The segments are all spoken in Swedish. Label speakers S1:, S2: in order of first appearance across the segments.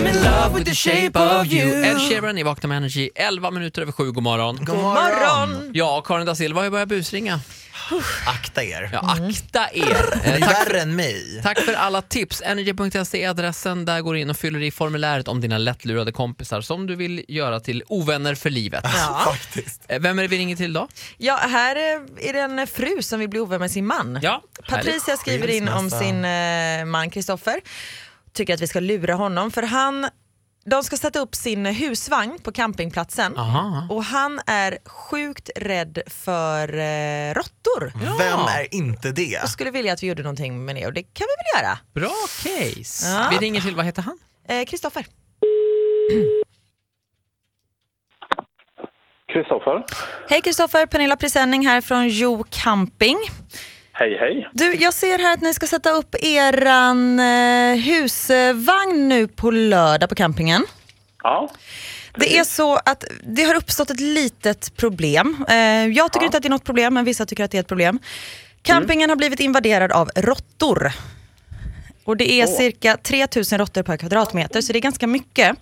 S1: love with the shape of you.
S2: Ed Sheeran i Vakna med Energy, 11 minuter över sju, god morgon.
S1: God morgon!
S2: Ja, Karin da Silva har ju börjat busringa.
S1: Akta er.
S2: Ja, akta er.
S1: Ni
S2: Eh,
S1: är
S2: tack,
S1: värre än mig.
S2: tack för alla tips. Energy.se är adressen. Där går du in och fyller i formuläret om dina lättlurade kompisar som du vill göra till ovänner för livet.
S3: Ja.
S1: Faktiskt.
S2: Eh, Vem är det vi ringer till idag?
S3: ja, här eh, är det en fru som vill bli ovän med sin man.
S2: Ja,
S3: Patricia skriver in om
S1: Skilsmässa.
S3: sin eh, man Kristoffer. Tycker att vi ska lura honom för han, de ska sätta upp sin husvagn på campingplatsen.
S2: Aha.
S3: Och han är sjukt rädd för eh, råttor.
S2: Mm.
S1: Vem är inte det?
S3: Jag skulle vilja att vi gjorde någonting med det och det kan vi väl göra.
S2: Bra case.
S3: Ja.
S2: Vi ringer till, vad heter han?
S3: Eh, Kristoffer,
S4: Kristoffer.
S3: hej Kristoffer, Pernilla Presenning här från Jo Camping.
S4: Hej, hej.
S3: Du, jag ser här att ni ska sätta upp eran eh, husvagn nu på lördag på campingen.
S4: Ja,
S3: Det är så att det har uppstått ett litet problem. Eh, jag tycker inte att det är något problem, men vissa tycker att det är ett problem. Campingen har blivit invaderad av råttor. Och det är cirka 3000 råttor per kvadratmeter, så det är ganska mycket.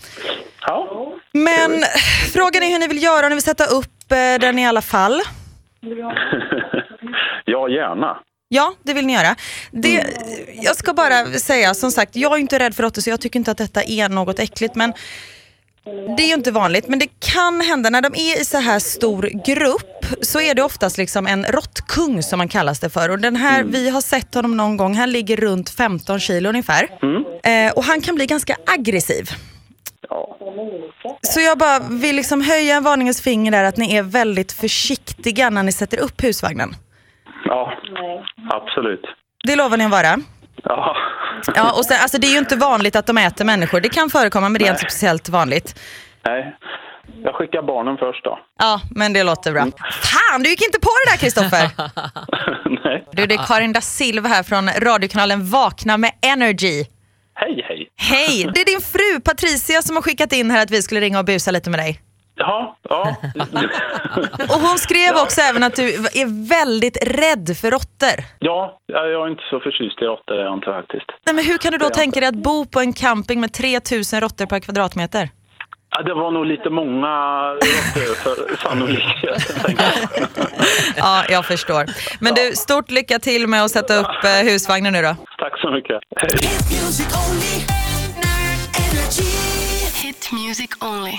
S4: ja.
S3: Men frågan är hur ni vill göra, om ni vill sätta upp eh, den i alla fall.
S4: ja, gärna.
S3: Ja, det vill ni göra. Det, jag ska bara säga, som sagt, jag är inte rädd för råttor så jag tycker inte att detta är något äckligt. Men det är ju inte vanligt, men det kan hända när de är i så här stor grupp så är det oftast liksom en råttkung som man kallas det för. Och den här, vi har sett honom någon gång, han ligger runt 15 kilo ungefär. Eh, och han kan bli ganska aggressiv.
S4: Ja.
S3: Så jag bara vill liksom höja en varningens finger där att ni är väldigt försiktiga när ni sätter upp husvagnen.
S4: ja, absolut.
S3: Det lovar ni att vara.
S4: Ja.
S3: Ja, och sen, alltså det är ju inte vanligt att de äter människor. Det kan förekomma, men det är inte speciellt vanligt.
S4: Nej. Jag skickar barnen först då.
S3: Ja, men det låter bra. Fan, du gick inte på det där Kristoffer!
S4: Nej.
S3: Du, det är Karin da Silva här från radiokanalen Vakna med Energy.
S4: Hej, hej.
S3: Hej! Det är din fru Patricia som har skickat in här att vi skulle ringa och busa lite med dig.
S4: Ja, ja.
S3: Och hon skrev också även att du är väldigt rädd för råttor.
S4: ja, jag är inte så förtjust i råttor, är jag inte faktiskt.
S3: Nej, men hur kan du då
S4: Det är jag
S3: tänka dig att bo på en camping med 3000 råttor per kvadratmeter?
S4: Ja, det var nog lite många råttor för sannolikheten, tänker jag.
S3: Ja, jag förstår. Men du, stort lycka till med att sätta upp eh, husvagnen nu då.
S4: Tack så mycket. Hej.
S5: Hit music only. Energy.
S6: Hit music only.